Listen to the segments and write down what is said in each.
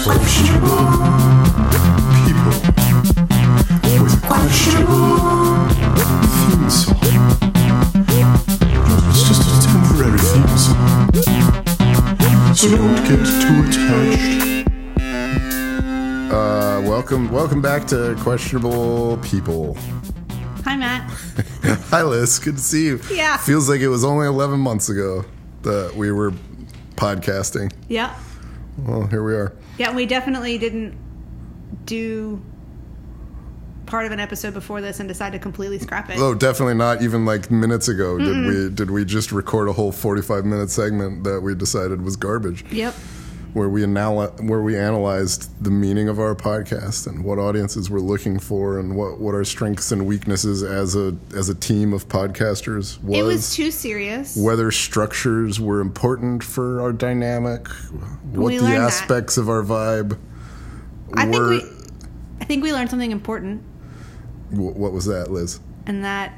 questionable people with questionable theme song. It's just a temporary theme song. So don't get too attached. Uh, welcome, welcome back to Questionable People. Hi, Matt. Hi, Liz. Good to see you. Yeah. Feels like it was only 11 months ago that we were podcasting. Yeah. Well, here we are. Yeah, we definitely didn't do part of an episode before this and decide to completely scrap it. Oh, definitely not even like minutes ago did we did we just record a whole 45 minute segment that we decided was garbage, Yep. where we anal- where we analyzed the meaning of our podcast and what audiences we're looking for and what, what our strengths and weaknesses as a as a team of podcasters was. It was too serious. whether structures were important for our dynamic, what We the learned that. aspects of our vibe I think were. we I think we learned something important Wh- What was that, Liz? and that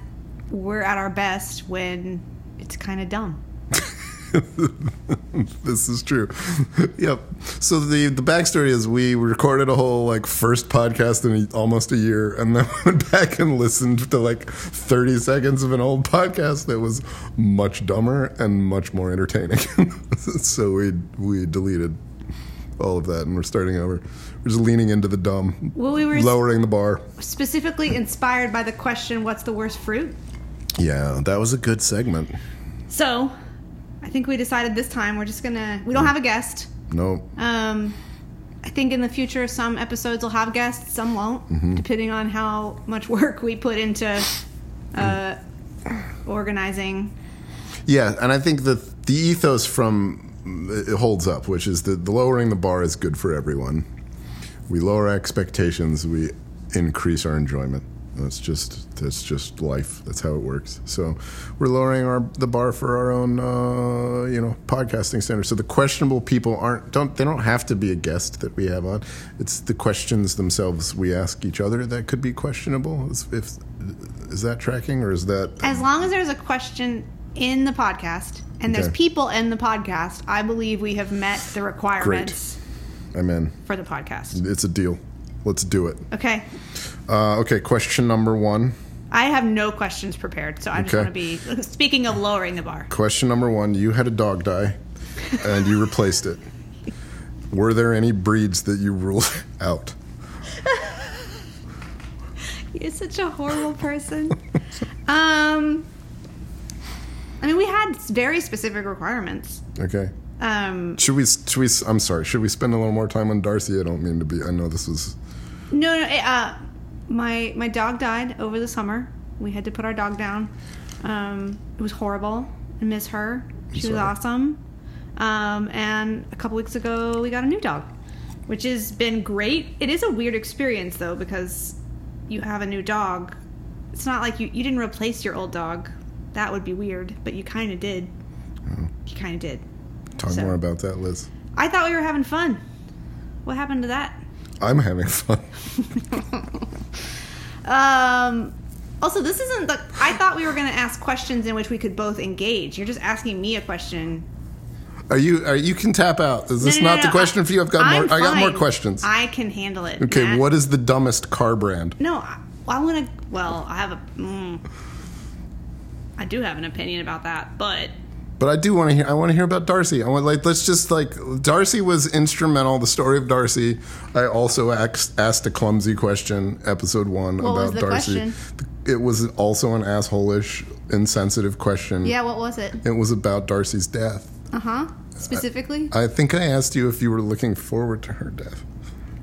we're at our best when it's kind of dumb. This is true. yep. So the the backstory is we recorded a whole like first podcast in a, almost a year, and then went back and listened to like thirty seconds of an old podcast that was much dumber and much more entertaining. so we we deleted all of that, and we're starting over. We're just leaning into the dumb, Well, we were lowering the bar. specifically inspired by the question, what's the worst fruit? Yeah, that was a good segment. So, I think we decided this time we're just going to we don't have a guest. No, Um, I think in the future, some episodes will have guests, some won't, Mm-hmm. depending on how much work we put into uh, Mm. organizing. Yeah, and I think that the ethos from uh, it holds up, which is that the lowering the bar is good for everyone. We lower expectations, we increase our enjoyment. That's just that's just life. That's how it works. So we're lowering our the bar for our own uh, you know podcasting standards. So the questionable people aren't don't they don't have to be a guest that we have on. It's the questions themselves we ask each other that could be questionable. Is, if, is that tracking or is that As long as there's a question in the podcast and there's Okay. people in the podcast, I believe we have met the requirements I'm in. for the podcast. It's a deal. Let's do it. Okay. Uh, okay, question number one. I have no questions prepared, so I just Okay. want to be. Speaking of lowering the bar, Question number one. You had a dog die, and you replaced it. Were there any breeds that you ruled out? you're such a horrible person. um, I mean, we had very specific requirements. Okay. Um, Should we? Should we? I'm sorry. Should we spend a little more time on Darcy? I don't mean to be. I know this was. no, no. eh, Uh, my my dog died over the summer. We had to put our dog down. Um, it was horrible. I miss her. She was sorry. awesome. Um, and a couple weeks ago, we got a new dog, which has been great. It is a weird experience though because you have a new dog. It's not like you you didn't replace your old dog. That would be weird, but you kind of did. You kind of did. Talk So- more about that, Liz. I thought we were having fun. What happened to that? I'm having fun. Um, also, this isn't the. I thought we were going to ask questions in which we could both engage. You're just asking me a question. Are you? Are, you can tap out. Is this No, no, not no, the no, question I- for you? I've got I'm more. I got more fine. questions. I can handle it. okay. Matt. What is the dumbest car brand? No, I, well, I want to. Well, I have a. Mm, I do have an opinion about that, but But I do want to hear. I want to hear about Darcy. I want like let's just like Darcy was instrumental. The story of Darcy. I also asked, asked a clumsy question, episode one What was about the Darcy. question? It was also an asshole-ish, insensitive question. yeah, what was it? It was about Darcy's death. Uh huh. Specifically, I think I asked you if you were looking forward to her death.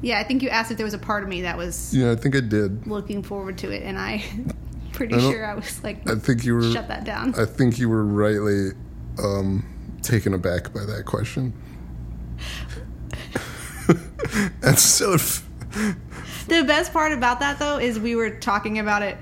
yeah, I think you asked if there was a part of me that was Yeah, I think I did. looking forward to it, and I, pretty don't- sure I was like, I think you were. shut that down. I think you were rightly um, taken aback by that question. and so. The best part about that though is we were talking about it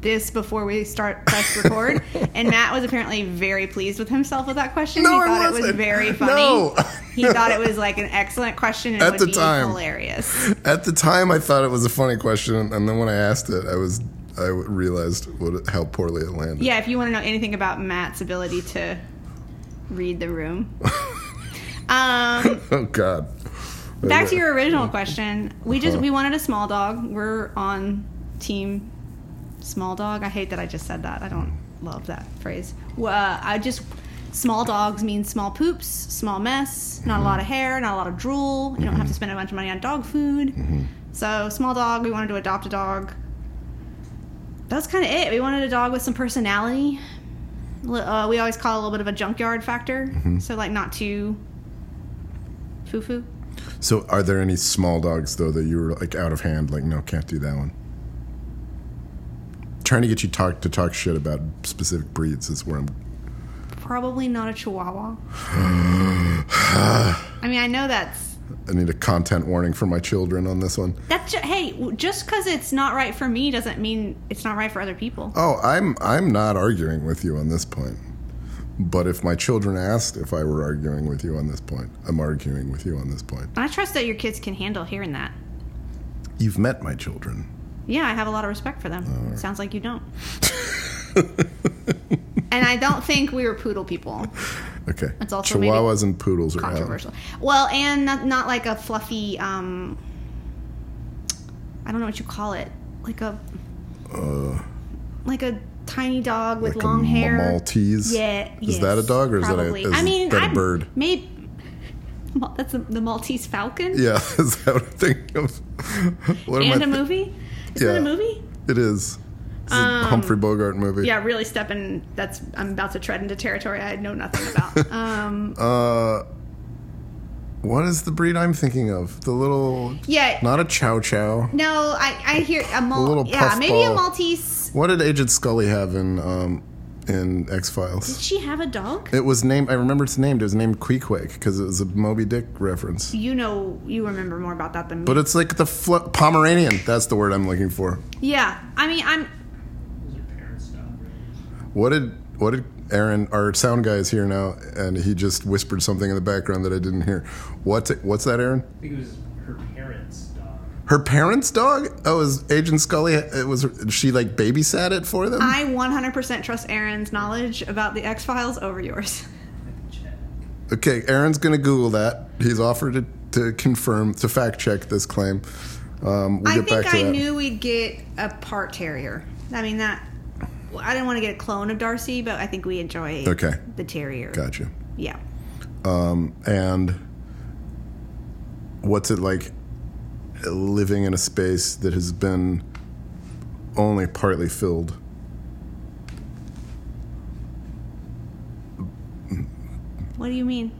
this before we start press record, and Matt was apparently very pleased with himself with that question. No, he I thought it was wasn't. very funny. No. He thought it was like an excellent question and At it would the be time. hilarious. At the time, I thought it was a funny question, and then when I asked it, I was I realized what, how poorly it landed. Yeah, if you want to know anything about Matt's ability to read the room. Um, Oh God. Back to your original question. We just we wanted a small dog. We're on team small dog. I hate that I just said that. I don't love that phrase. Well, Uh, I just small dogs mean small poops, small mess, not a lot of hair, not a lot of drool. You don't have to spend a bunch of money on dog food. So small dog. We wanted to adopt a dog. That's kind of it. We wanted a dog with some personality. Li- Uh, we always call it a little bit of a junkyard factor. So like not too foo foo. So, are there any small dogs though that you were like out of hand? Like, no, can't do that one. Trying to get you talk to talk shit about specific breeds is where I'm. Probably not a chihuahua. I mean, I know that's I need a content warning for my children on this one. that's ju- hey, w- just because it's not right for me doesn't mean it's not right for other people. Oh, I'm I'm not arguing with you on this point. But if my children asked if I were arguing with you on this point, I'm arguing with you on this point. And I trust that your kids can handle hearing that. You've met my children. Yeah, I have a lot of respect for them. Sounds like you don't. and I don't think we were poodle people. Okay. That's also maybe Chihuahuas and poodles are out. Controversial. Well, and not, not like a fluffy. um I don't know what you call it. Like a. like a tiny dog with Uh, Like a long hair. Maltese. Yeah. Is that a dog or is that a- probably. is I mean, that a I'm- bird? Maybe Mal- that's the, the Maltese Falcon. Yeah, is that what I'm thinking of? What am I and a thi- movie. Is that Yeah. a movie? It is. It's a Humphrey Bogart movie. Um, Yeah, really stepping. That's I'm about to tread into territory I know nothing about. um, Uh, what is the breed I'm thinking of? The little. yeah. Not a Chow Chow. no, I, I hear a A Mal- little Yeah, maybe a puffball. Maltese. What did Agent Scully have in um, in X Files? Did she have a dog? It was named. I remember it's named. It was named Queequeg because it was a Moby Dick reference. you know, you remember more about that than me. But it's like the fl- Pomeranian. That's the word I'm looking for. yeah, I mean, I'm. What did what did Aaron? Our sound guy is here now, and he just whispered something in the background that I didn't hear. What's it, what's that, Aaron? I think it was her parents' dog. Her parents' dog? Oh, is Agent Scully? It was she like babysat it for them? I 100% trust Aaron's knowledge about the X Files over yours. Check. Okay, Aaron's gonna Google that. He's offered to, to confirm to fact check this claim. Um, we'll I get back think to I that. knew we'd get a part terrier. I mean that. well, I didn't want to get a clone of Darcy, but I think we enjoy Okay. the terrier. Gotcha. Um, Yeah, And what's it like living in a space that has been only partly filled? what do you mean?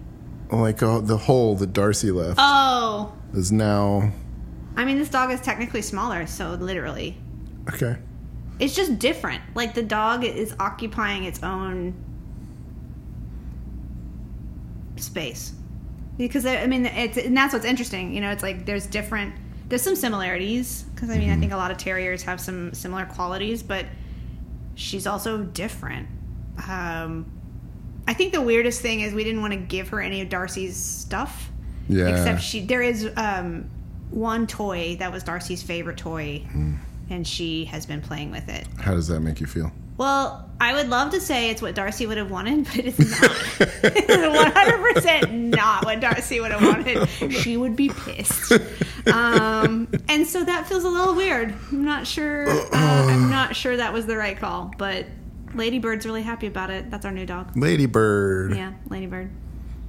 Like uh, the hole that Darcy left Oh, is now I mean this dog is technically smaller, so literally, okay. it's just different. Like the dog is occupying its own space because I I mean it's and that's what's interesting. You know, it's like there's different. There's some similarities because I mean I think a lot of terriers have some similar qualities, but she's also different. Um, I think the weirdest thing is we didn't want to give her any of Darcy's stuff. Yeah. Except she, there is um, one toy that was Darcy's favorite toy, and she has been playing with it. How does that make you feel? Well, I would love to say it's what Darcy would have wanted, but it's not. It's 100% not what Darcy would have wanted. She would be pissed. Um, and so that feels a little weird. I'm not sure. Uh, I'm not sure that was the right call, but Ladybird's really happy about it. That's our new dog. Ladybird. Yeah, Ladybird.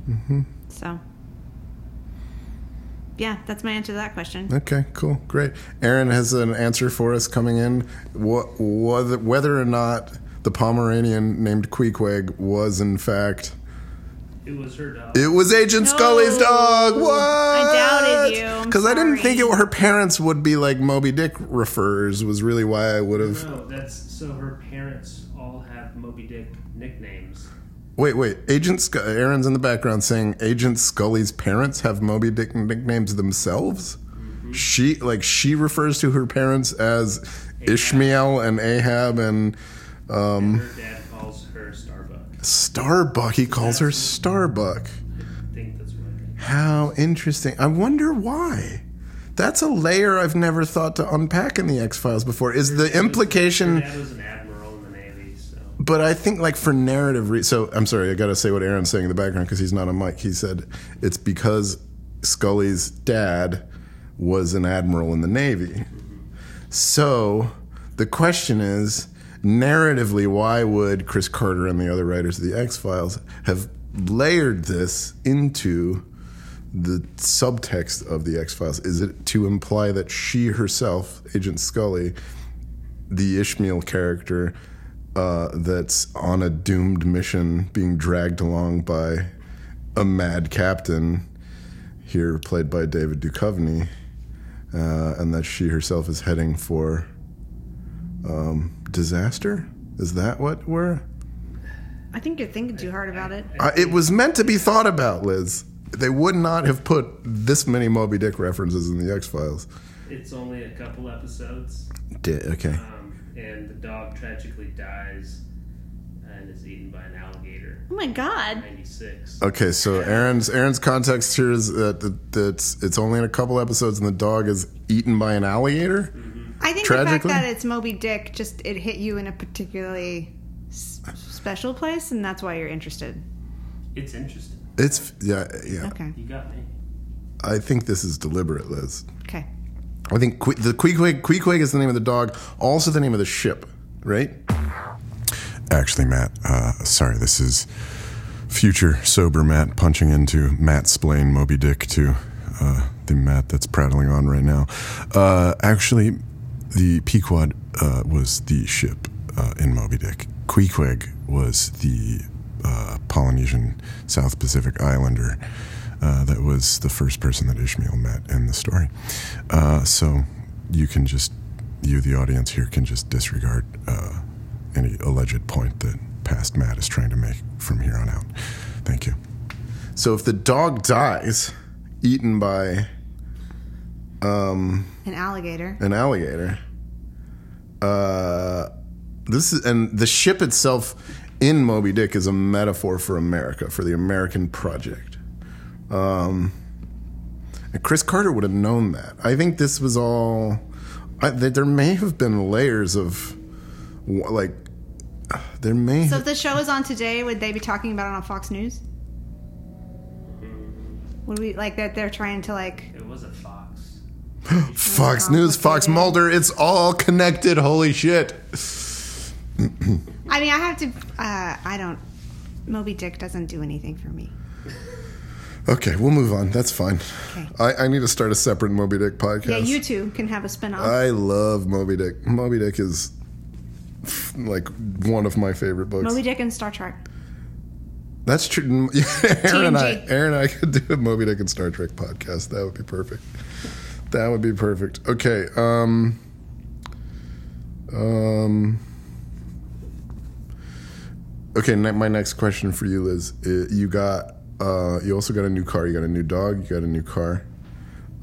Mm-hmm. So, yeah, that's my answer to that question. Okay, cool, great. Aaron has an answer for us coming in. What, whether, whether or not the Pomeranian named Queequeg was in fact It was her dog. it was Agent No. Scully's dog. What? I doubted you. I'm Because I didn't sorry. think it, her parents would be like Moby Dick refers was really why I would have. no, that's so her parents all have Moby Dick nicknames. Wait, wait. Agent Sc- Aaron's in the background saying Agent Scully's parents have Moby Dick nicknames themselves. She like she refers to her parents as Ishmael and Ahab and And her dad calls her Starbuck. Starbuck. He calls her Starbuck. I think that's what it is. How interesting. I wonder why. That's a layer I've never thought to unpack in the X Files before. Is the Her implication? dad was an admiral in the Navy, so But I think, like, for narrative reasons, so I'm sorry, I got to say what Aaron's saying in the background because he's not on mic. He said it's because Scully's dad was an admiral in the Navy. So the question is narratively, why would Chris Carter and the other writers of The X Files have layered this into the subtext of The X Files? Is it to imply that she herself, Agent Scully, the Ishmael character, uh, that's on a doomed mission being dragged along by a mad captain, here played by David Duchovny, uh, and that she herself is heading for um, disaster? Is that what we're. I think you're thinking too hard about it. Uh, it was meant to be thought about, Liz. They would not have put this many Moby Dick references in the X Files. It's only a couple episodes, Okay. um, and the dog tragically dies and is eaten by an alligator. Oh my god. 96. Okay, so Aaron's Aaron's context here is that that- that's it's only in a couple episodes and the dog is eaten by an alligator. I think Tragically? the fact that it's Moby Dick just it hit you in a particularly s- special place, and that's why you're interested. It's interesting. It's yeah, yeah. Okay. You got me. I think this is deliberate, Liz. Okay. I think Qu- the Queequeg Queequeg is the name of the dog, also the name of the ship, right? Actually, Matt, uh, sorry, this is future sober Matt punching into Matt Splain Moby Dick to uh, the Matt that's prattling on right now. Uh, actually, the Pequod uh, was the ship uh, in Moby Dick. Queequeg was the uh, Polynesian South Pacific Islander uh, that was the first person that Ishmael met in the story. Uh, so you can just, you, the audience here, can just disregard uh, any alleged point that past Matt is trying to make from here on out. Thank you. So if the dog dies eaten by An alligator. an alligator, uh, this is, and the ship itself in Moby Dick is a metaphor for America, for the American project. Um, and Chris Carter would have known that. I think this was all. I, th- there may have been layers of, wh- like, there may. So if the show is on today, would they be talking about it on Fox News? Would we like that they're trying to like It was a fox. Fox News, Fox Mulder, it's all connected. Holy shit. I mean I have to uh I don't Moby Dick doesn't do anything for me. Okay, we'll move on. That's fine. Okay. I, I need to start a separate Moby Dick podcast. Yeah, you two can have a spin off. I love Moby Dick. Moby Dick is like one of my favorite books. Moby Dick and Star Trek. That's true. Aaron and I, TNG. Aaron and I could do a Moby Dick and Star Trek podcast. That would be perfect. That would be perfect. Okay. Um. Um. Okay. Ne- my next question for you, Liz. i- you got. Uh, you also got a new car. You got a new dog. You got a new car.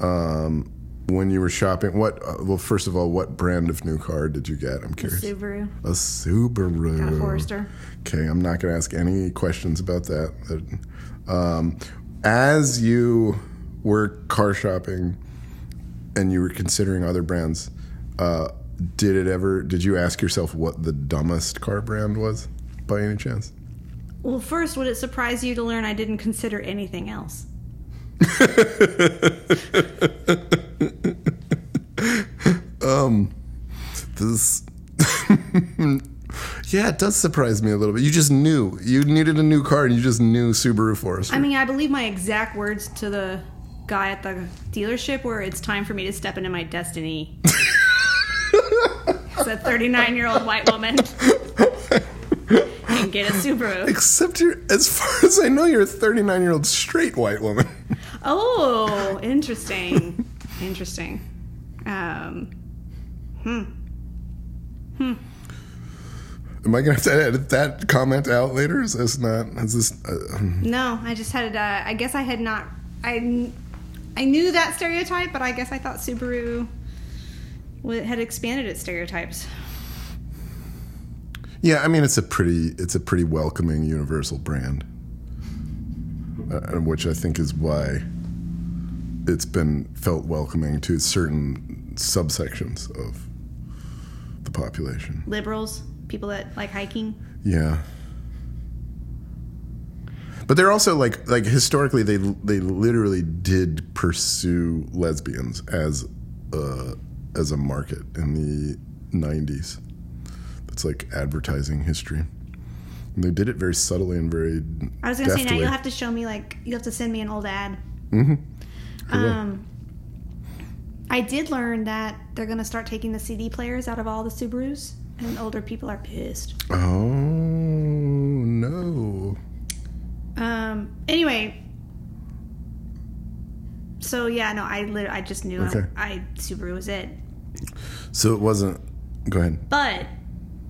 Um, when you were shopping, what? Uh, well, first of all, what brand of new car did you get? I'm curious. Subaru. A Subaru. Got a Forester. Okay, I'm not going to ask any questions about that. But, Um, as you were car shopping and you were considering other brands, uh, did it ever? Did you ask yourself what the dumbest car brand was, by any chance? Well first would it surprise you to learn I didn't consider anything else? This, yeah, it does surprise me a little bit. You just knew you needed a new car, and you just knew Subaru Forester. I mean, I believe my exact words to the guy at the dealership were, "It's time for me to step into my destiny." it's a 39-year-old white woman and get a Subaru. Except you're, as far as I know, you're a 39 year old straight white woman. Oh, interesting, interesting. Um, Am I gonna have to edit that comment out later? Is this not? Is this? Uh, um, no, I just had. Uh, I guess I had not. I kn- I knew that stereotype, but I guess I thought Subaru w- had expanded its stereotypes. yeah, I mean it's a pretty it's a pretty welcoming universal brand, uh, which I think is why it's been felt welcoming to certain subsections of the population. Liberals, people that like hiking. Yeah, But they're also like like historically they they literally did pursue lesbians as a as a market in the 90s. That's like advertising history. And they did it very subtly and very I was gonna say now deftly. you'll have to show me like you'll have to send me an old ad. Mm-hmm. I will. Um, I did learn that they're gonna start taking the CD players out of all the Subarus, and older people are pissed. Oh no. Um. Anyway. So yeah, no, I lit- I just knew Okay. I, I Subaru was it, So it wasn't Go ahead. but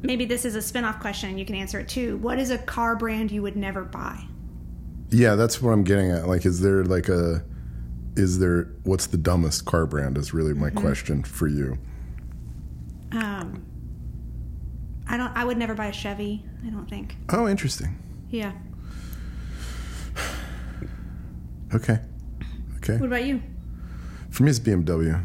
maybe this is a spin-off question and you can answer it too. What is a car brand you would never buy? Yeah, that's what I'm getting at. Like, is there like a, is there what's the dumbest car brand? Is really my question for you. Um. I don't. I would never buy a Chevy. I don't think. Oh, interesting. Yeah. Okay, okay. What about you? For me, it's BMW.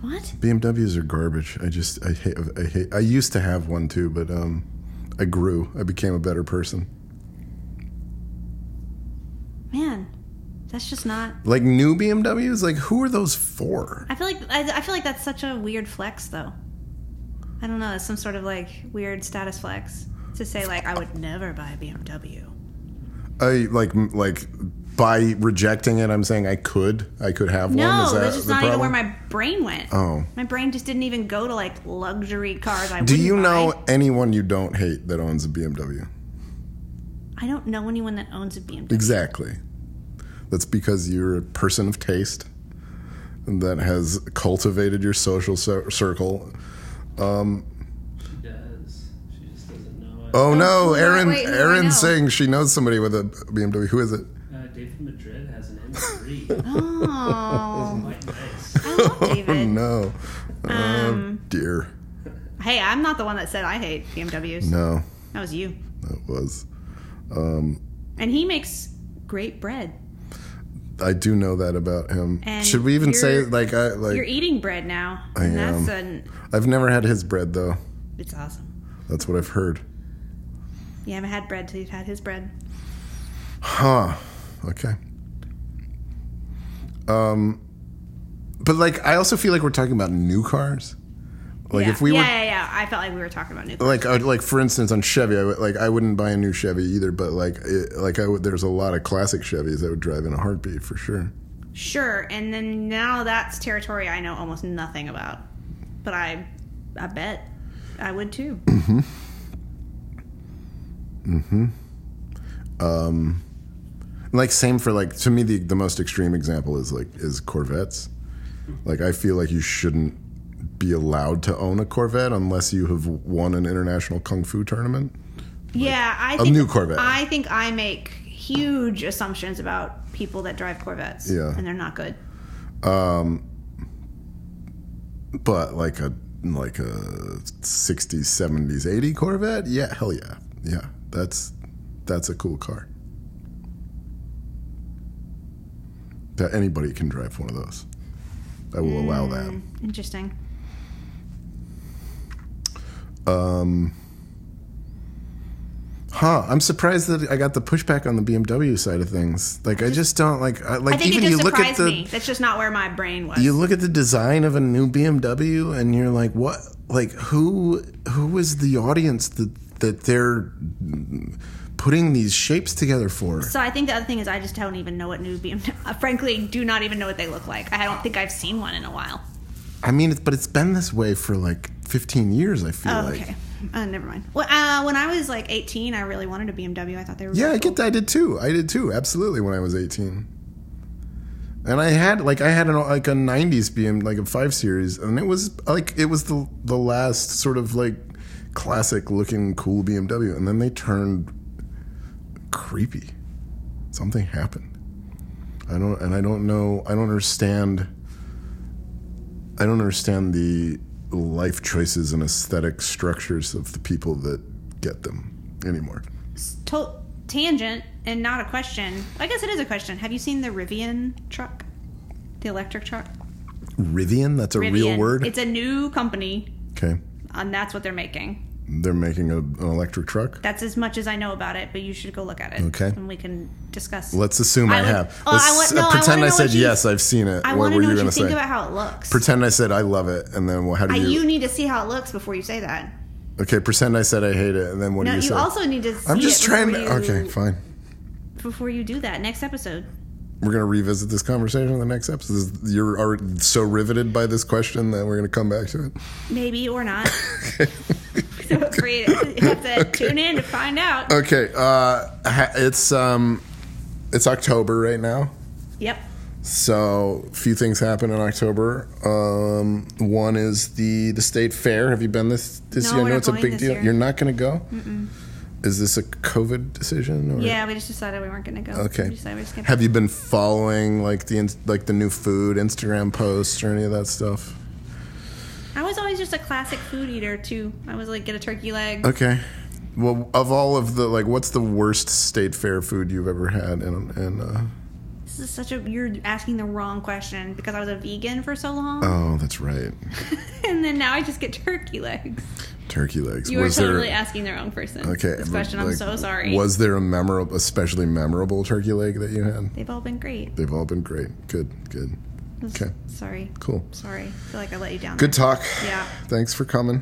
What? BMWs are garbage. I just I hate I hate. I used to have one too, but um, I grew. I became a better person. Man, that's just not. Like new BMWs. Like who are those for? I feel like I, I feel like that's such a weird flex, though. I don't know. It's some sort of like weird status flex to say like I would never buy a BMW. I like m- like by rejecting it, I'm saying I could. I could have one. No, Is that that's just the not even where problem? my brain went. Oh. my brain just didn't even go to like luxury cars. I Do wouldn't you know buy. anyone you don't hate that owns a BMW? I don't know anyone that owns a BMW. Exactly. That's because you're a person of taste and that has cultivated your social cir- circle. She does. She just doesn't know it. Oh, no, who- Erin wait, who do I know? Erin's saying she knows somebody with a BMW. Who is it? Uh, David Madrid has an M3. Oh, Quite nice. I love David. Oh no. Um, Dear. hey, I'm not the one that said I hate BMWs. No. That was you. That was And he makes great bread. I do know that about him. And Should we even say you're- like I You're e- like eating bread now. I and am. That's an. I've never had his bread though. It's awesome. That's what I've heard. You haven't had bread till you've had his bread. Huh. Okay. Um but like I also feel like we're talking about new cars. Like yeah. if we yeah, were yeah, yeah. I felt like we were talking about new. like I, like for instance on Chevy, I would, like I wouldn't buy a new Chevy either, but like it, like I would, there's a lot of classic Chevys I would drive in a heartbeat for sure. Sure, and then now that's territory I know almost nothing about, but I, I bet I would too. Like same for like to me the the most extreme example is like is Corvettes. Like I feel like you shouldn't be allowed to own a Corvette unless you have won an international kung fu tournament. yeah, I think, new Corvette. I think I make huge assumptions about people that drive Corvettes. Yeah. and they're not good. But like a like a 60s, 70s, 80 Corvette, yeah, hell yeah. Yeah. That's that's a cool car. That anybody can drive one of those. I will allow Hmm. that. Interesting. Huh, I'm surprised that I got the pushback on the BMW side of things. Like I just don't like I, like I think even it you just look at surprised the me. That's just not where my brain was. you look at the design of a new BMW and you're like, what? Like who? Who is the audience that that they're putting these shapes together for? so I think the other thing is I just don't even know what new BMW. Frankly, do not even know what they look like. I don't think I've seen one in a while. I mean, it's, but it's been this way for like 15 years. I feel Oh, like. okay. Uh, never mind. Well, uh, when I was like 18, I really wanted a BMW. I thought they were. Yeah, really I get that. I did too. I did too. Absolutely, when I was 18. And I had like I had an like a 90s BM like a 5 series and it was like it was the the last sort of like classic looking cool BMW and then they turned creepy. Something happened. I don't and I don't know I don't understand I don't understand the life choices and aesthetic structures of the people that get them anymore. to- tangent and not a question. I guess it is a question. Have you seen the Rivian truck? The electric truck? Rivian? That's a real Rivian. word? It's a new company, okay. and that's what they're making. They're making a, an electric truck. That's as much as I know about it, but you should go look at it. Okay. And we can discuss. Let's assume I, I would- have. Oh, I Let's want- no, I wanna pretend I, know said what you- yes. I've seen it. I what want were to know you what you gonna think say? about how it looks. pretend I said I love it, and then well, how do I, you? you need to see how it looks before you say that. okay, pretend I said I hate it, and then what No, do you, you, say? also need to. See I'm just it trying to. before you- Okay, fine. Before you do that, next episode. We're gonna revisit this conversation in the next episode. This- You're already so riveted by this question that we're gonna come back to it. Maybe or not. so afraid. You have to tune in to find out. Okay, uh, ha- it's um, it's October right now. Yep. uh, So, a few things happen in October. Um, one is the the state fair. Have you been this this year? No, I we're know not it's a going big this deal. year. You're not going to go. Is this a COVID decision? Or? Yeah, we just decided we weren't going to go. We Okay. decided we're just gonna- Have you been following like the in- like the new food Instagram posts or any of that stuff? I was always just a classic food eater too. I was like, get a turkey leg. Okay. Well, of all of the like, what's the worst state fair food you've ever had? And and uh, This is such a. You're asking the wrong question because I was a vegan for so long, oh, that's right, and then now I just get turkey legs. turkey legs. You were Was there- totally asking the wrong person. Okay. This question. I'm like, so sorry. Was there a memorable, especially memorable turkey leg that you had? They've all been great. They've all been great. Good, good, Okay. Sorry. cool. Sorry. I feel like I let you down. Good talk. Yeah. Thanks for coming.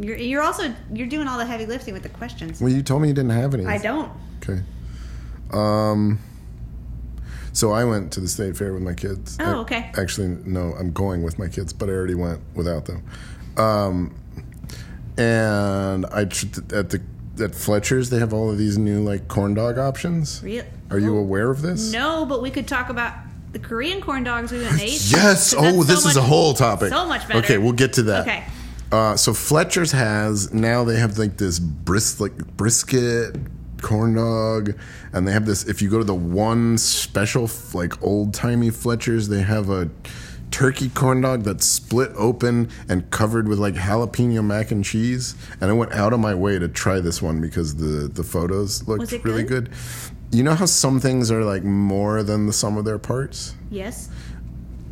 You're, you're also you're doing all the heavy lifting with the questions. Well, you told me you didn't have any. I don't. Okay. Um. So I went to the state fair with my kids. Oh, Ac- okay. Actually, no, I'm going with my kids, but I already went without them. Um, and I tr- at the at Fletcher's they have all of these new like corn dog options. Real. Are you Oh. aware of this? No, but we could talk about the Korean corn dogs we went and ate. Yes. 'Cause that's Oh, so this is a much- whole topic. so much better. Okay, we'll get to that. Okay. Uh, so Fletcher's has now they have like this bris like brisket corn dog, and they have this. If you go to the one special f- like old timey Fletcher's, they have a turkey corn dog that's split open and covered with like jalapeno mac and cheese. And I went out of my way to try this one because the the photos looked Was it really good? good. You know how some things are like more than the sum of their parts? Yes.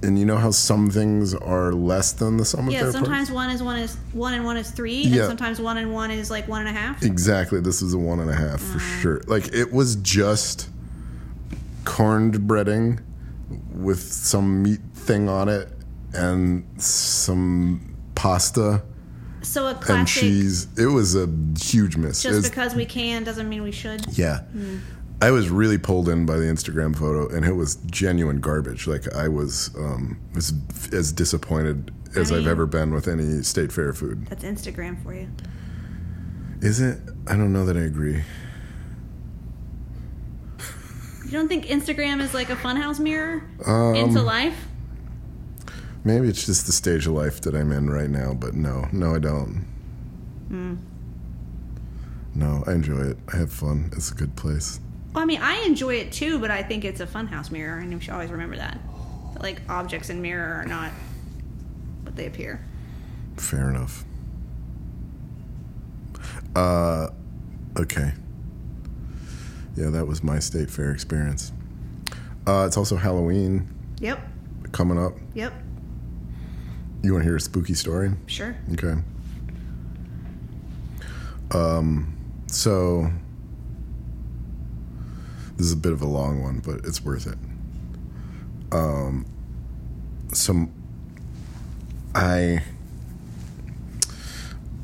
and you know how some things are less than the sum of Yeah. their Sometimes parts. one is one is one and one is three, and Yeah. sometimes one and one is like one and a half. Exactly, this is a one and a half for sure. Like it was just corned breading with some meat thing on it and some pasta So a and classic. cheese. It was a huge miss. It just was- because Hmm. we can doesn't mean we should. yeah. I was really pulled in by the Instagram photo, and it was genuine garbage. Like I was um, as, as disappointed as I've mean- ever been with any state fair food. That's Instagram for you. Is it? I don't know that I agree. You don't think Instagram is like a funhouse mirror Um, into life? Maybe it's just the stage of life that I'm in right now, but no, no, I don't. No, I enjoy it. I have fun. It's a good place. Well, I mean, I enjoy it too, but I think it's a funhouse mirror, and we should always remember that. That, like objects in mirror are not what they appear. Fair enough. Uh, okay. Yeah, that was my state fair experience. Uh, it's also Halloween Yep. coming up. Yep. You want to hear a spooky story? Sure. Okay. Um, so this is a bit of a long one, but it's worth it. Um, some I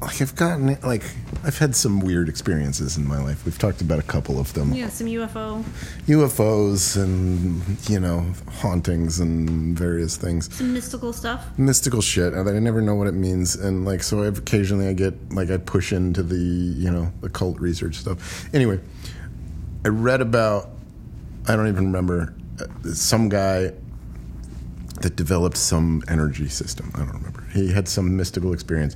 like I've gotten like I've had some weird experiences in my life. We've talked about a couple of them. Yeah, some UFO, UFOs and you know, hauntings and various things some mystical stuff. mystical shit that I never know what it means, and like so, I've occasionally I get like I push into the you know occult research stuff. Anyway, I read about I don't even remember uh, some guy that developed some energy system. I don't remember. He had some mystical experience,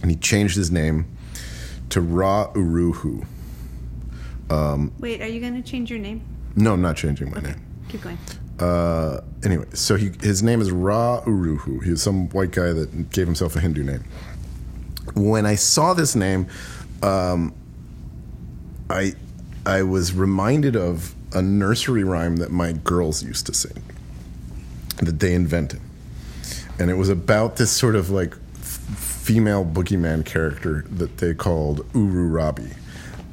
and he changed his name to Ra Uruhu. Wait, are you going to change your name? No, I'm not changing my name. Keep going. uh, anyway, so he, his name is Ra Uruhu. He was some white guy that gave himself a Hindu name. When I saw this name, um, I I was reminded of a nursery rhyme that my girls used to sing that they invented, and it was about this sort of like f- female boogeyman character that they called Uru Rabi,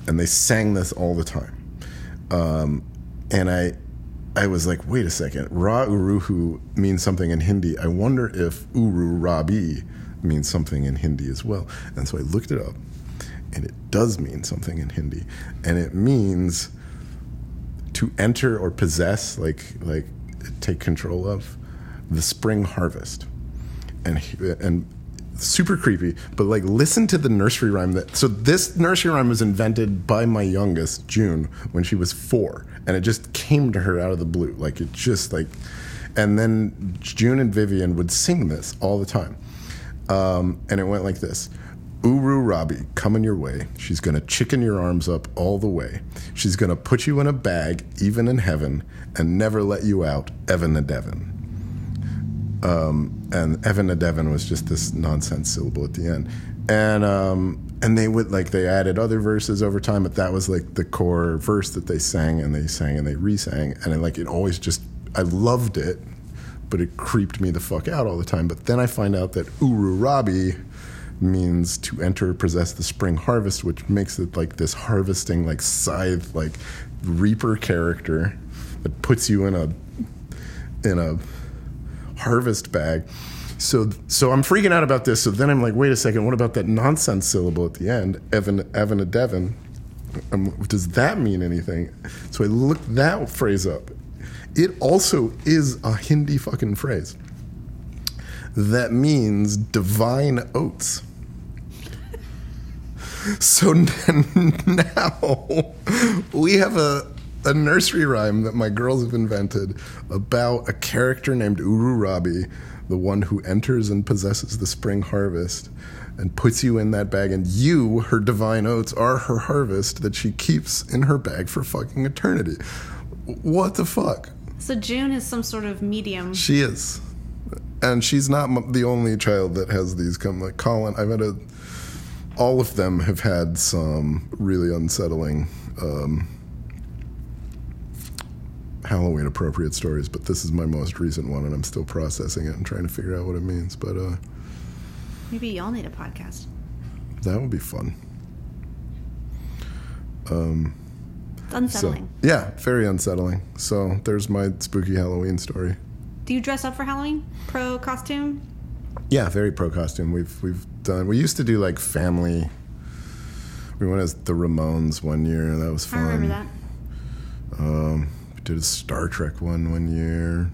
and they sang this all the time. Um, and I, I was like, wait a second, Ra Uruhu means something in Hindi. I wonder if Uru Rabi means something in Hindi as well. And so I looked it up, and it does mean something in Hindi, and it means to enter or possess, like like take control of, the spring harvest, and and super creepy. But like, listen to the nursery rhyme that. So this nursery rhyme was invented by my youngest June when she was four, and it just came to her out of the blue. Like it just like, and then June and Vivian would sing this all the time, um, and it went like this. Uru Rabi coming your way. She's going to chicken your arms up all the way. She's going to put you in a bag, even in heaven, and never let you out, Evan and Devin. Um, and Evan and Devin was just this nonsense syllable at the end. And um, and they would like they added other verses over time, but that was like the core verse that they sang and they sang and they re-sang, and it, like it always just I loved it, but it creeped me the fuck out all the time. But then I find out that Uru Rabi means to enter possess the spring harvest which makes it like this harvesting like scythe like reaper character that puts you in a in a harvest bag so so i'm freaking out about this so then i'm like wait a second what about that nonsense syllable at the end evan evan a devon um, does that mean anything so i looked that phrase up it also is a hindi fucking phrase that means divine oats. so now we have a, a nursery rhyme that my girls have invented about a character named Uru Rabi, the one who enters and possesses the spring harvest and puts you in that bag and you her divine oats are her harvest that she keeps in her bag for fucking eternity what the fuck So June is some sort of medium. she is and she's not m- the only child that has these come like colin i've had a all of them have had some really unsettling um, halloween appropriate stories but this is my most recent one and i'm still processing it and trying to figure out what it means but uh, Maybe y'all need a podcast. that would be fun It's so unsettling. yeah very unsettling so there's my spooky halloween story Do you dress up for Halloween? Pro costume? Yeah, very pro costume. We've we've done. We used to do like family. We went as the Ramones one year. That was I fun. remember that. Um, we did a Star Trek one one year.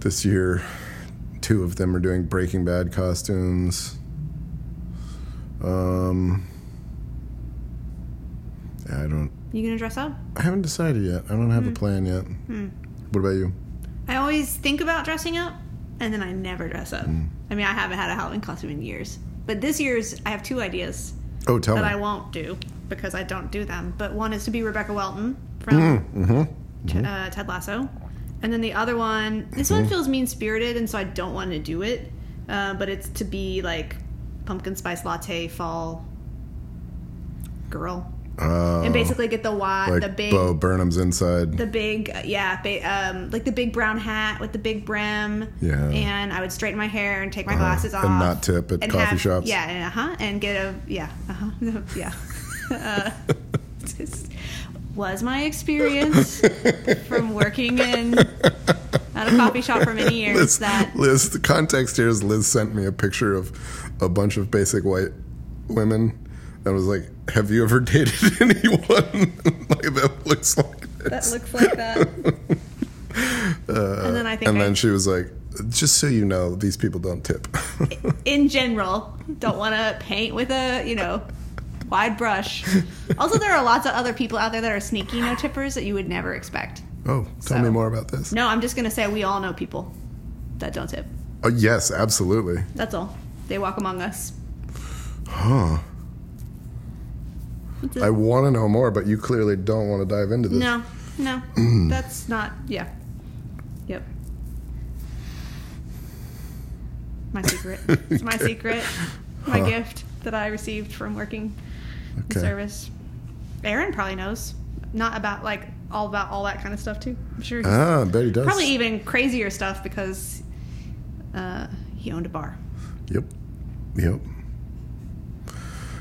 This year, two of them are doing Breaking Bad costumes. Um, yeah, I don't. You gonna dress up? I haven't decided yet. I don't Hmm. have a plan yet. What about you? I always think about dressing up, and then I never dress up. Mm. I mean, I haven't had a Halloween costume in years. But this year's, I have two ideas Oh, tell that me. I won't do because I don't do them. But one is to be Rebecca Welton Mm. from Mm-hmm. T- uh, Ted Lasso, and then the other one, this Mm-hmm. one feels mean spirited, and so I don't want to do it. Uh, but it's to be like pumpkin spice latte fall girl, Uh, and basically get the wad, like the big Bo Burnham's inside. the big uh, yeah ba- um, like the big brown hat with the big brim Yeah. Uh-huh. and i would straighten my hair and take my glasses off and not tip at and coffee have- shops. yeah and, uh-huh and get a yeah uh-huh yeah uh, this was my experience from working in at a coffee shop for many years Liz, that Liz, the context here is Liz sent me a picture of a bunch of basic white women and was like, Have you ever dated anyone like that looks like that this? looks like that and then i think Uh, and I- then she was like, Just so you know, these people don't tip. in general don't want to paint with a you know wide brush also there are lots of other people out there that are sneaky no tippers that you would never expect oh, tell me So- more about this. no i'm just going to say we all know people that don't tip Oh, yes, absolutely. that's all they walk among us Huh. That's it. I want to know more, but you clearly don't want to dive into this. no no Mm. that's not yeah yep my secret it's my secret my Huh. gift that i received from working Okay. service. Aaron probably knows. Not about like all about all that kind of stuff too. I'm sure. he's- Ah, I bet he does. probably even crazier stuff because uh, he owned a bar. Yep. Yep.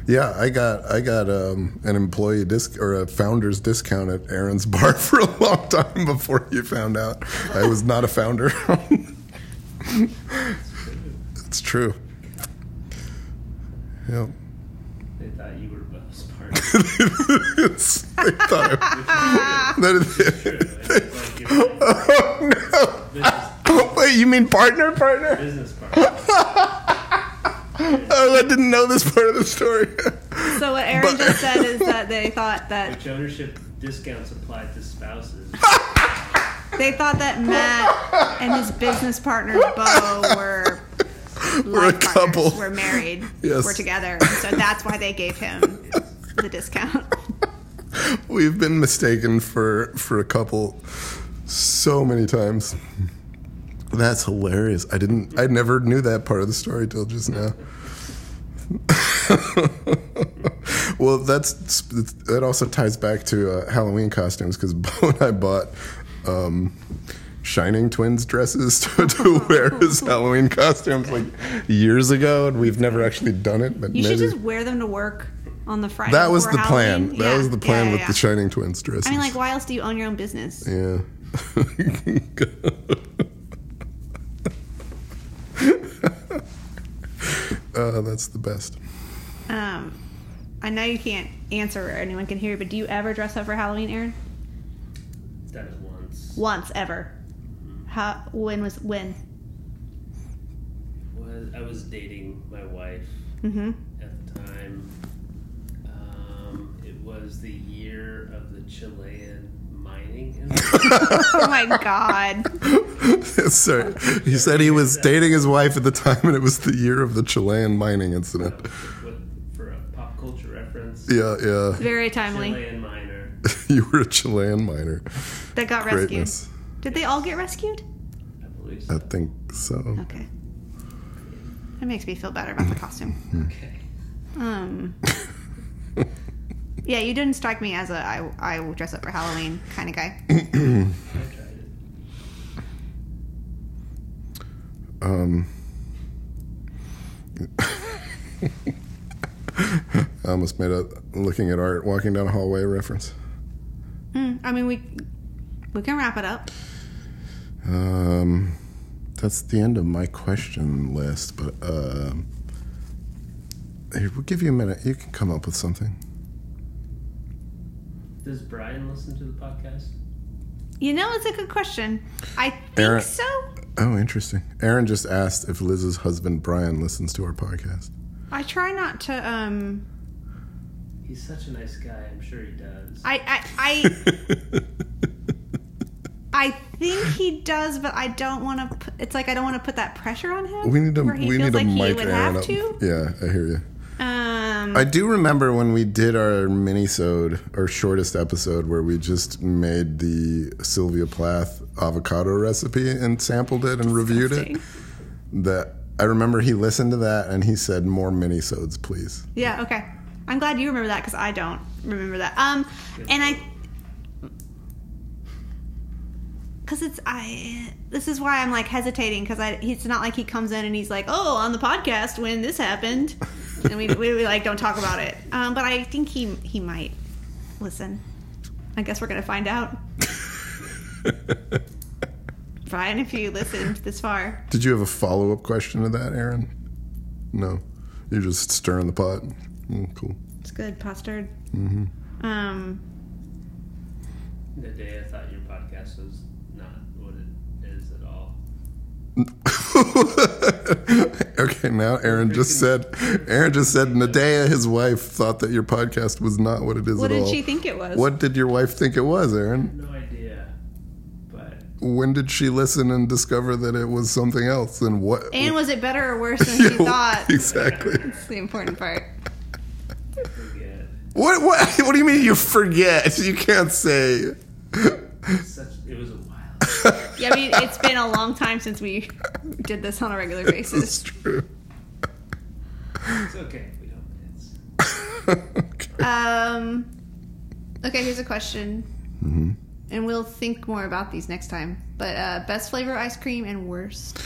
Yeah, I got I got um, an employee disc or a founder's discount at Aaron's bar for a long time before you found out I was not a founder. it's true. Yep. They thought you were Bob's part. It's- they thought I- It's like, you know, oh business, no! Wait, you mean partner, partner? business part. Oh, I didn't know this part of the story. So what But- Aaron just said is that they thought that Which ownership discounts applied to spouses? they thought that Matt and his business partner Bo We're were a life partners, couple. Were married. Yes. Were together. So that's why they gave him the discount. We've been mistaken for for a couple so many times. That's hilarious. I didn't. I never knew that part of the story till just now. well, that's that also ties back to uh, Halloween costumes because Bo and I bought um, Shining Twins dresses to, to wear as Halloween costumes like years ago, and we've never actually done it. But You should maybe- just wear them to work on the Friday. that was the before plan. Halloween. That Yeah. was the plan Yeah, with yeah, the yeah. Shining Twins dresses. I mean, like, why else do you own your own business? Yeah. uh, that's the best. Um, I know you can't answer or anyone can hear, but do you ever dress up for Halloween, Aaron? Done it once. Once ever. How? When was when? Was I was dating my wife Mm-hmm. at the time. Um, it was the year of the Chilean mining. industry. Oh my god. Sorry. He said he was dating his wife at the time, and it was the year of the Chilean mining incident. What- For a pop culture reference, Yeah, yeah. Very timely. Chilean miner. You were a Chilean miner. That got rescued. Greatness. Did they all get rescued? I believe I so. think so. Okay. That makes me feel better about the costume. Okay. Um. Yeah, you didn't strike me as a I, I will dress up for Halloween kind of guy. I tried it. Um, I almost made a looking at art, walking down a hallway reference. Hmm, I mean, we we can wrap it up. Um, that's the end of my question list, but um, here, we'll give you a minute. You can come up with something. Does Brian listen to the podcast? You know, it's a good question. I think Aaron- so. Oh, interesting. Aaron just asked if Liz's husband Brian listens to our podcast. I try not to. Um, He's such a nice guy. I'm sure he does. I I I, I think he does, but I don't want to. It's like I don't want to put that pressure on him. We need to where he we feels need to like he mic would Aaron have up. to. Yeah, I hear you. Um, I do remember when we did our minisode or shortest episode where we just made the Sylvia Plath avocado recipe and sampled it and reviewed it. That I remember he listened to that and he said, "More minisodes, please." Yeah. Okay. I'm glad you remember that because I don't remember that. Um, and I, because it's I. This is why I'm like hesitating because I. It's not like he comes in and he's like, "Oh, on the podcast when this happened," and we we, we, like don't talk about it. Um, but I think he he might listen. I guess we're gonna find out. Brian, if you listened this far, Did you have a follow up question to that, Aaron? No, you're just stirring the pot. Mm, cool. it's good, postard. Mm-hmm. Um. the day I thought your podcast was not what it is at all. okay, now Aaron just said, Aaron just said, Nadea, his wife, thought that your podcast was not what it is What at did all. she think it was? What did your wife think it was, Aaron? No idea. But When did she listen and discover that it was something else? And what? And was it better or worse than she thought? exactly. That's the important part. forget. What? What? What do you mean you forget? You can't say. It's Such it was a while. Yeah, I mean, it's been a long time since we did this on a regular It's basis. true. It's okay. We don't. It's okay. Um, okay, here's a question. Mm-hmm. And we'll think more about these next time. But uh, best flavor ice cream and worst.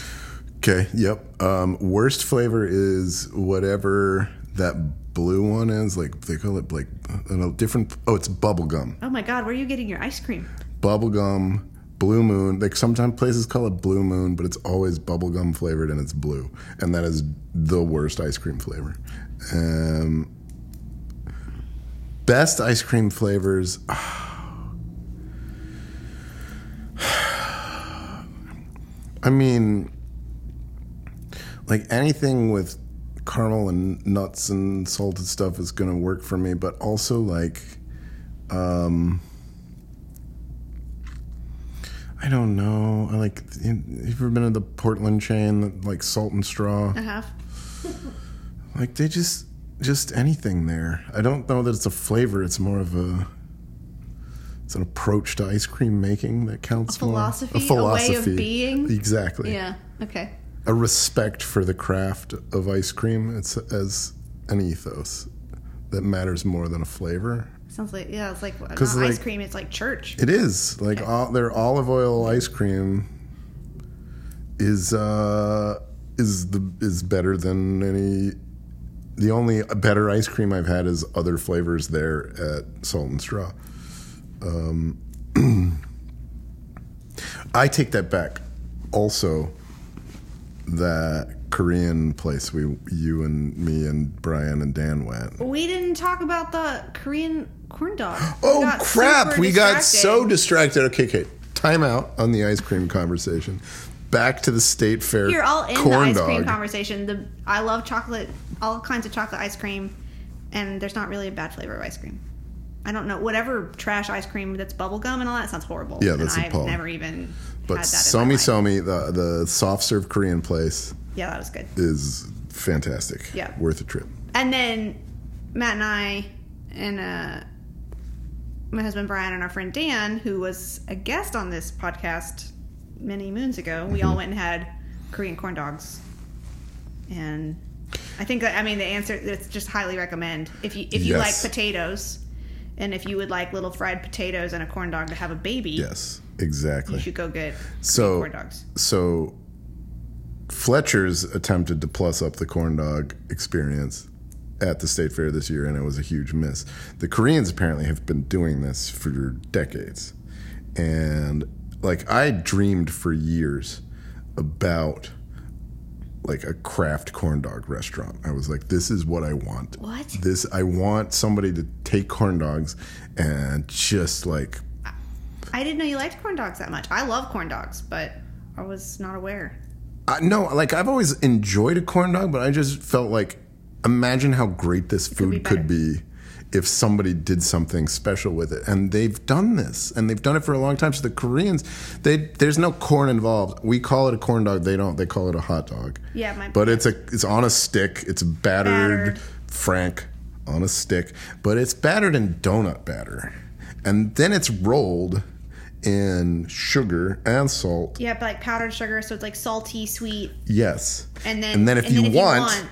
Okay. Yep. Um, worst flavor is whatever that blue one is. Like they call it like I don't know, different. Oh, it's bubble gum. Oh my god, where are you getting your ice cream? Bubble gum. Blue Moon. Like sometimes places call it Blue Moon, but it's always bubble gum flavored and it's blue, and that is the worst ice cream flavor. Um, best ice cream flavors. I mean, like anything with caramel and nuts and salted stuff is going to work for me, but also like, um, I don't know. I like. You you ever been to the Portland chain, that, like Salt and Straw? I have. Like they just, just anything there. I don't know that it's a flavor. It's more of a. It's an approach to ice cream making that counts A more. philosophy, a way of being? Exactly Yeah. Okay. a respect for the craft of ice cream it's as an ethos that matters more than a flavor Sounds like yeah, it's like uh, not 'Cause, ice like- cream, it's like church. it is like all, their olive oil ice cream is uh is the is better than any the only better ice cream I've had is other flavors there at Salt and Straw. Um, I take that back. Also, that Korean place we you and me and Brian and Dan went. We didn't talk about the Korean corn dog. We Oh got crap! super We got so distracted. distracted. Okay, okay. Time out on the ice cream conversation. Back to the state fair. You're all in the corn ice cream dog. conversation. The I love chocolate, all kinds of chocolate ice cream, and there's not really a bad flavor of ice cream. I don't know whatever trash ice cream that's bubble gum and all that sounds horrible. Yeah, that's and a I've problem. never even. But had that in Somi my life. Somi, the the soft serve Korean place, Yeah, that was good. is fantastic. Yeah. worth a trip. And then Matt and I and uh, my husband Brian and our friend Dan, who was a guest on this podcast many moons ago, we Mm-hmm. all went and had Korean corn dogs. And I think that I mean the answer it's just highly recommend if you if you Yes. like potatoes and if you would like little fried potatoes and a corn dog to have a baby, Yes, you exactly. should go get So- corn dogs. So Fletcher's attempted to plus up the corn dog experience at the state fair this year, and it was a huge miss. The Koreans apparently have been doing this for decades, and like I dreamed for years about like a craft corn dog restaurant. I was like, this is what I want. What? This I want somebody to take corn dogs and just like I didn't know you liked corn dogs that much. I love corn dogs, but I was not aware. I, no, like I've always enjoyed a corn dog, but I just felt like imagine how great this be food could be if somebody did something special with it. And they've done this, and they've done it for a long time. So the Koreans, they there's no corn involved. We call it a corn dog. They don't. They call it a hot dog. Yeah, my But it's a it's on a stick. It's battered, Battered. frank on a stick, but it's battered in donut batter, and then it's rolled in sugar and salt Yeah, but like powdered sugar, so it's like salty, sweet, Yes. and then and then if, you, want,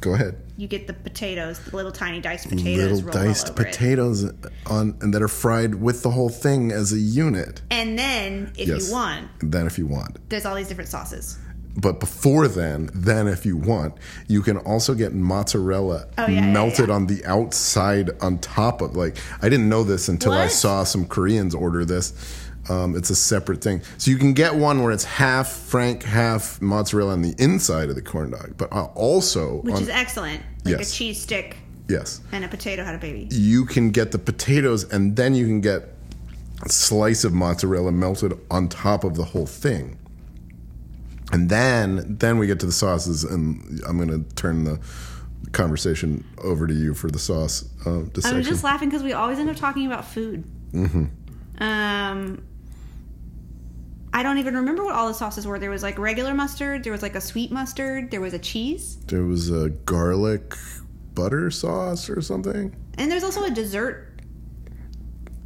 go ahead. you get the potatoes, the little tiny diced potatoes, Little rolled all diced over it. potatoes on and that are fried with the whole thing as a unit. And then if Yes. you want, Then if you want. there's all these different sauces. But before then, then if you want, you can also get mozzarella Oh, yeah, yeah, melted yeah. on the outside on top of like I didn't know this until I What? saw some Koreans order this. Um, it's a separate thing. So you can get one where it's half frank, half mozzarella on the inside of the corn dog, but uh, also Which on, is excellent. Like Yes. a cheese stick yes. and a potato had a baby. you can get the potatoes and then you can get a slice of mozzarella melted on top of the whole thing. And then then we get to the sauces and I'm going to turn the conversation over to you for the sauce uh, I dissection. was just laughing because we always end up talking about food. Mm-hmm. Um, I don't even remember what all the sauces were. There was like regular mustard, there was like a sweet mustard, there was a cheese, there was a garlic butter sauce or something. and there's also a dessert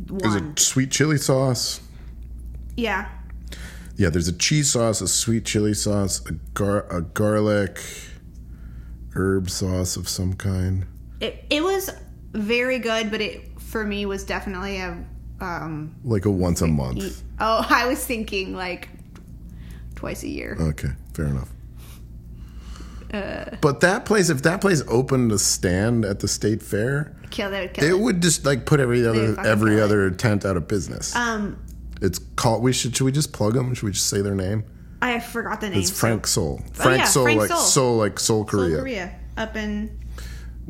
There's one. a sweet chili sauce. yeah, Yeah, there's a cheese sauce, a sweet chili sauce, a, gar- a garlic herb sauce of some kind. It, it was very good, but it for me was definitely a. Um, Like a once e-, a month. oh, I was thinking like twice a year. Okay, fair enough. uh, But that place, if that place opened a stand at the state fair, kill that. Kill it it. would just like put every other fucking every kill it. other tent out of business. Um, it's called. We should should we just plug them? Should we just say their name? I forgot the name. It's Frank Soul. Oh, Frank yeah, Soul, Frank like Soul. Soul, like Soul Seoul, Korea. Korea, up in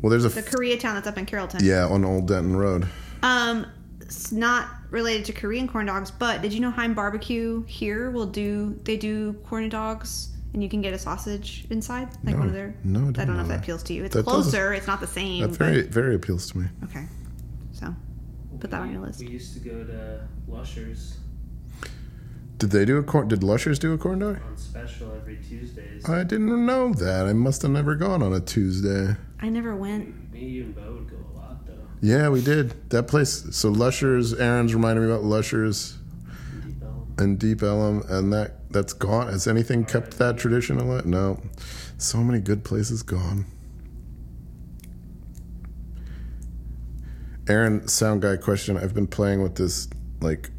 Well, there's a the f- Koreatown that's up in Carrollton. yeah on Old Denton Road. Um, it's not related to Korean corn dogs, but did you know Heim Barbecue here will do? They do corn dogs, and you can get a sausage inside, like one of their. no, I I didn't don't know know if that that. appeals to you. It's That does- closer. It's not the same. That very very appeals to me. but- okay, so Put that on your list. We used to go to Lushers Did they do a corn? Did Lushers do a corn dog? on special every Tuesdays. I didn't know that. I must have never gone on a Tuesday. I never went. Me, you, and Bo would go a lot though. Yeah, we did that place. So Lushers, Aaron's reminded me about Lushers. Deep Elm. and Deep Ellum, and that that's gone. Has anything kept that tradition alive? No, so many good places gone. Aaron, sound guy question. I've been playing with this like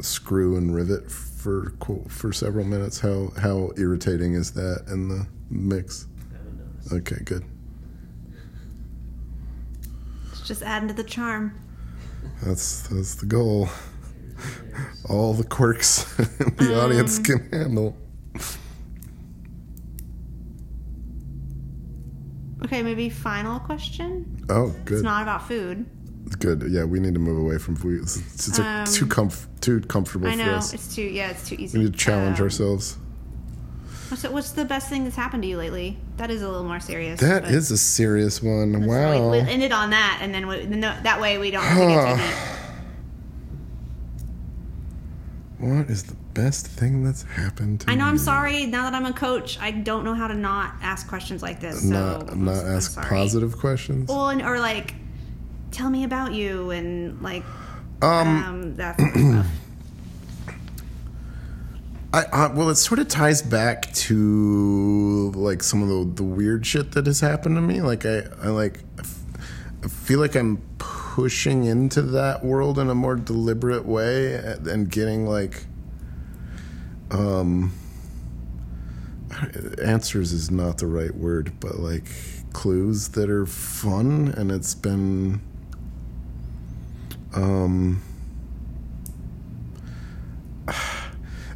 screw and rivet for qu- for several minutes. How how irritating is that in the mix? Haven't noticed. Okay, good. It's just adding to the charm. That's that's the goal. There's- All the quirks Um, the audience can handle. Okay, maybe final question. Oh, good. It's not about food. Good. Yeah, we need to move away from food. It's, it's, it's Um, too comf- too comfortable I for know us. it's too. Yeah, it's too easy. We need to challenge Um, ourselves. What's, what's the best thing that's happened to you lately? That is a little more serious. That but- is a serious one. So we- Wow. we'll end it on that, and then we, no, that way we don't have to get too deep. What is the best thing that's happened to I know. me? I'm sorry. Now that I'm a coach, I don't know how to not ask questions like this. So not I'm not s- I'm ask sorry. positive questions. Well, and, or like, tell me about you, and like, um, um, that sort of stuff. I, uh, well, it sort of ties back to like some of the the weird shit that has happened to me. Like I, I like, I f- I feel like I'm pushing into that world in a more deliberate way and and getting like, um, answers is not the right word, but like clues that are fun, and it's been, um.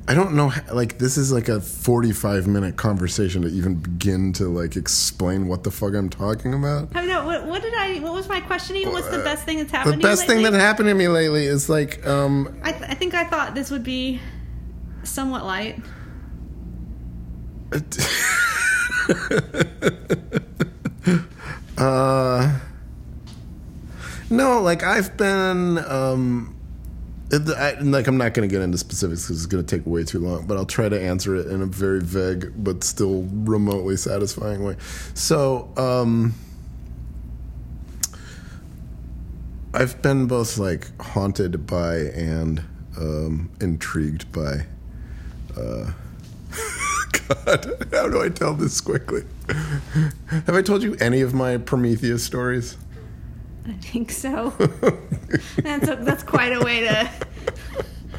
I don't know. h- Like this is like a forty-five minute conversation to even begin to like explain what the fuck I'm talking about. I know. What, what did I? What was my question? Even what's the best thing that's Uh, The happened? best to you thing that lately? happened to me lately is like, um, I, th- I think I thought this would be somewhat light. uh, no, like I've been, um, it, I, like I'm not gonna get into specifics because it's gonna take way too long, but I'll try to answer it in a very vague but still remotely satisfying way. So, um. I've been both like haunted by and um, intrigued by. Uh, God, how do I tell this quickly? Have I told you any of my Prometheus stories? I think so. that's a, that's quite a way to. I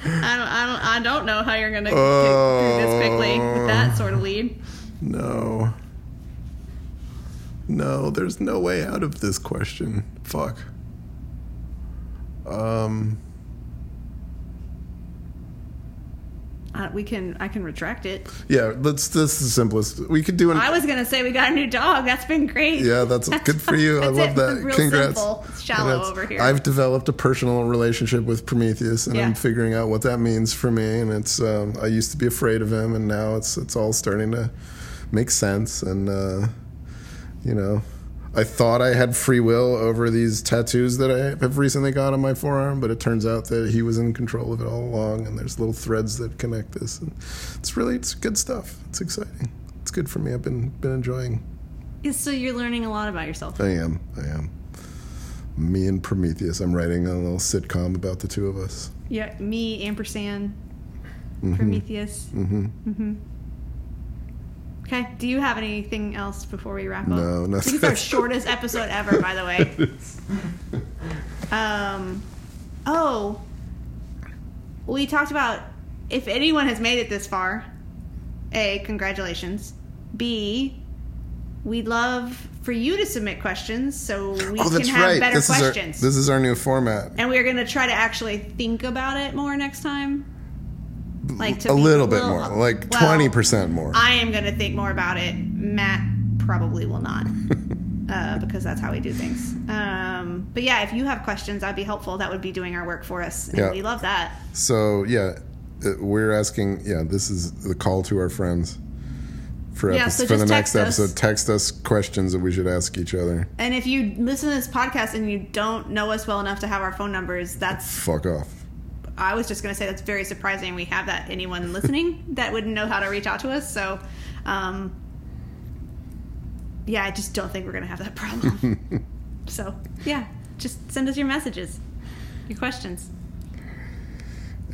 don't, I, don't, I don't know how you're gonna get through this quickly with that sort of lead. No. No, there's no way out of this question. Fuck. Um. Uh, we can I can retract it. Yeah, let's. This is the simplest. We could do an. I was gonna say we got a new dog. That's been great. Yeah, that's good for you. I That's love it. that. Real Congrats. simple. It's shallow Congrats. over here. I've developed a personal relationship with Prometheus, and I'm Yeah. figuring out what that means for me. And it's um, I used to be afraid of him, and now it's it's all starting to make sense. And uh, you know, I thought I had free will over these tattoos that I have recently got on my forearm, but it turns out that he was in control of it all along. And there's little threads that connect this. And it's really it's good stuff. It's exciting. It's good for me. I've been been enjoying Yeah, So you're learning a lot about yourself. I am. I am. Me and Prometheus. I'm writing a little sitcom about the two of us. Yeah, me ampersand Prometheus. Mm-hmm. Mm-hmm. Okay. Do you have anything else before we wrap up? No, nothing. This is our shortest episode ever, by the way. Um, oh, we talked about if anyone has made it this far. A, congratulations. B, We'd love for you to submit questions so we Oh, can that's have right. better This is, our, questions. this is our new format. and we're going to try to actually think about it more next time. Like to A be little bit more, like well, twenty percent more. I am going to think more about it. Matt probably will not, uh, because that's how we do things. Um, but yeah, if you have questions, that'd be helpful. That would be doing our work for us, and Yeah. we love that. So yeah, uh, we're asking. Yeah, this is the call to our friends for Yeah, epis- so for the just next text us. episode. Text us questions that we should ask each other. And if you listen to this podcast and you don't know us well enough to have our phone numbers, that's Fuck off. I was just going to say that's very surprising. We have that anyone listening that wouldn't know how to reach out to us. So, um, yeah, I just don't think we're going to have that problem. so, yeah, just send us your messages, your questions.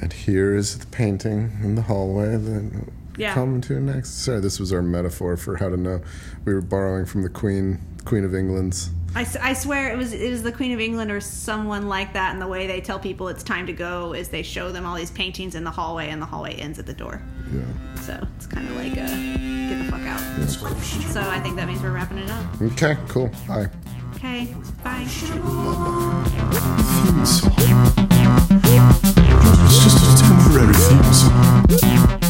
And here is the painting in the hallway that Yeah. come to next. Sorry, this was our metaphor for how to know. We were borrowing from the Queen, Queen of England's. I, s- I swear it was it is the Queen of England or someone like that. And the way they tell people it's time to go is they show them all these paintings in the hallway, and the hallway ends at the door. Yeah. So it's kind of like a get the fuck out. So I think that means we're wrapping it up. Okay. Cool. Bye. Okay, bye. theme song. It's just a temporary theme song.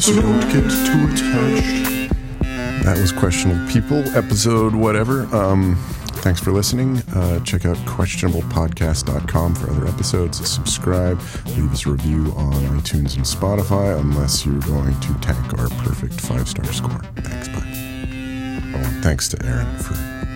So don't get too attached. That was Questionable People, episode whatever. Um, thanks for listening. Uh, check out questionablepodcast.com for other episodes. Subscribe, leave us a review on iTunes and Spotify, unless you're going to tank our perfect five star score. Thanks, bye. Oh, and thanks to Aaron for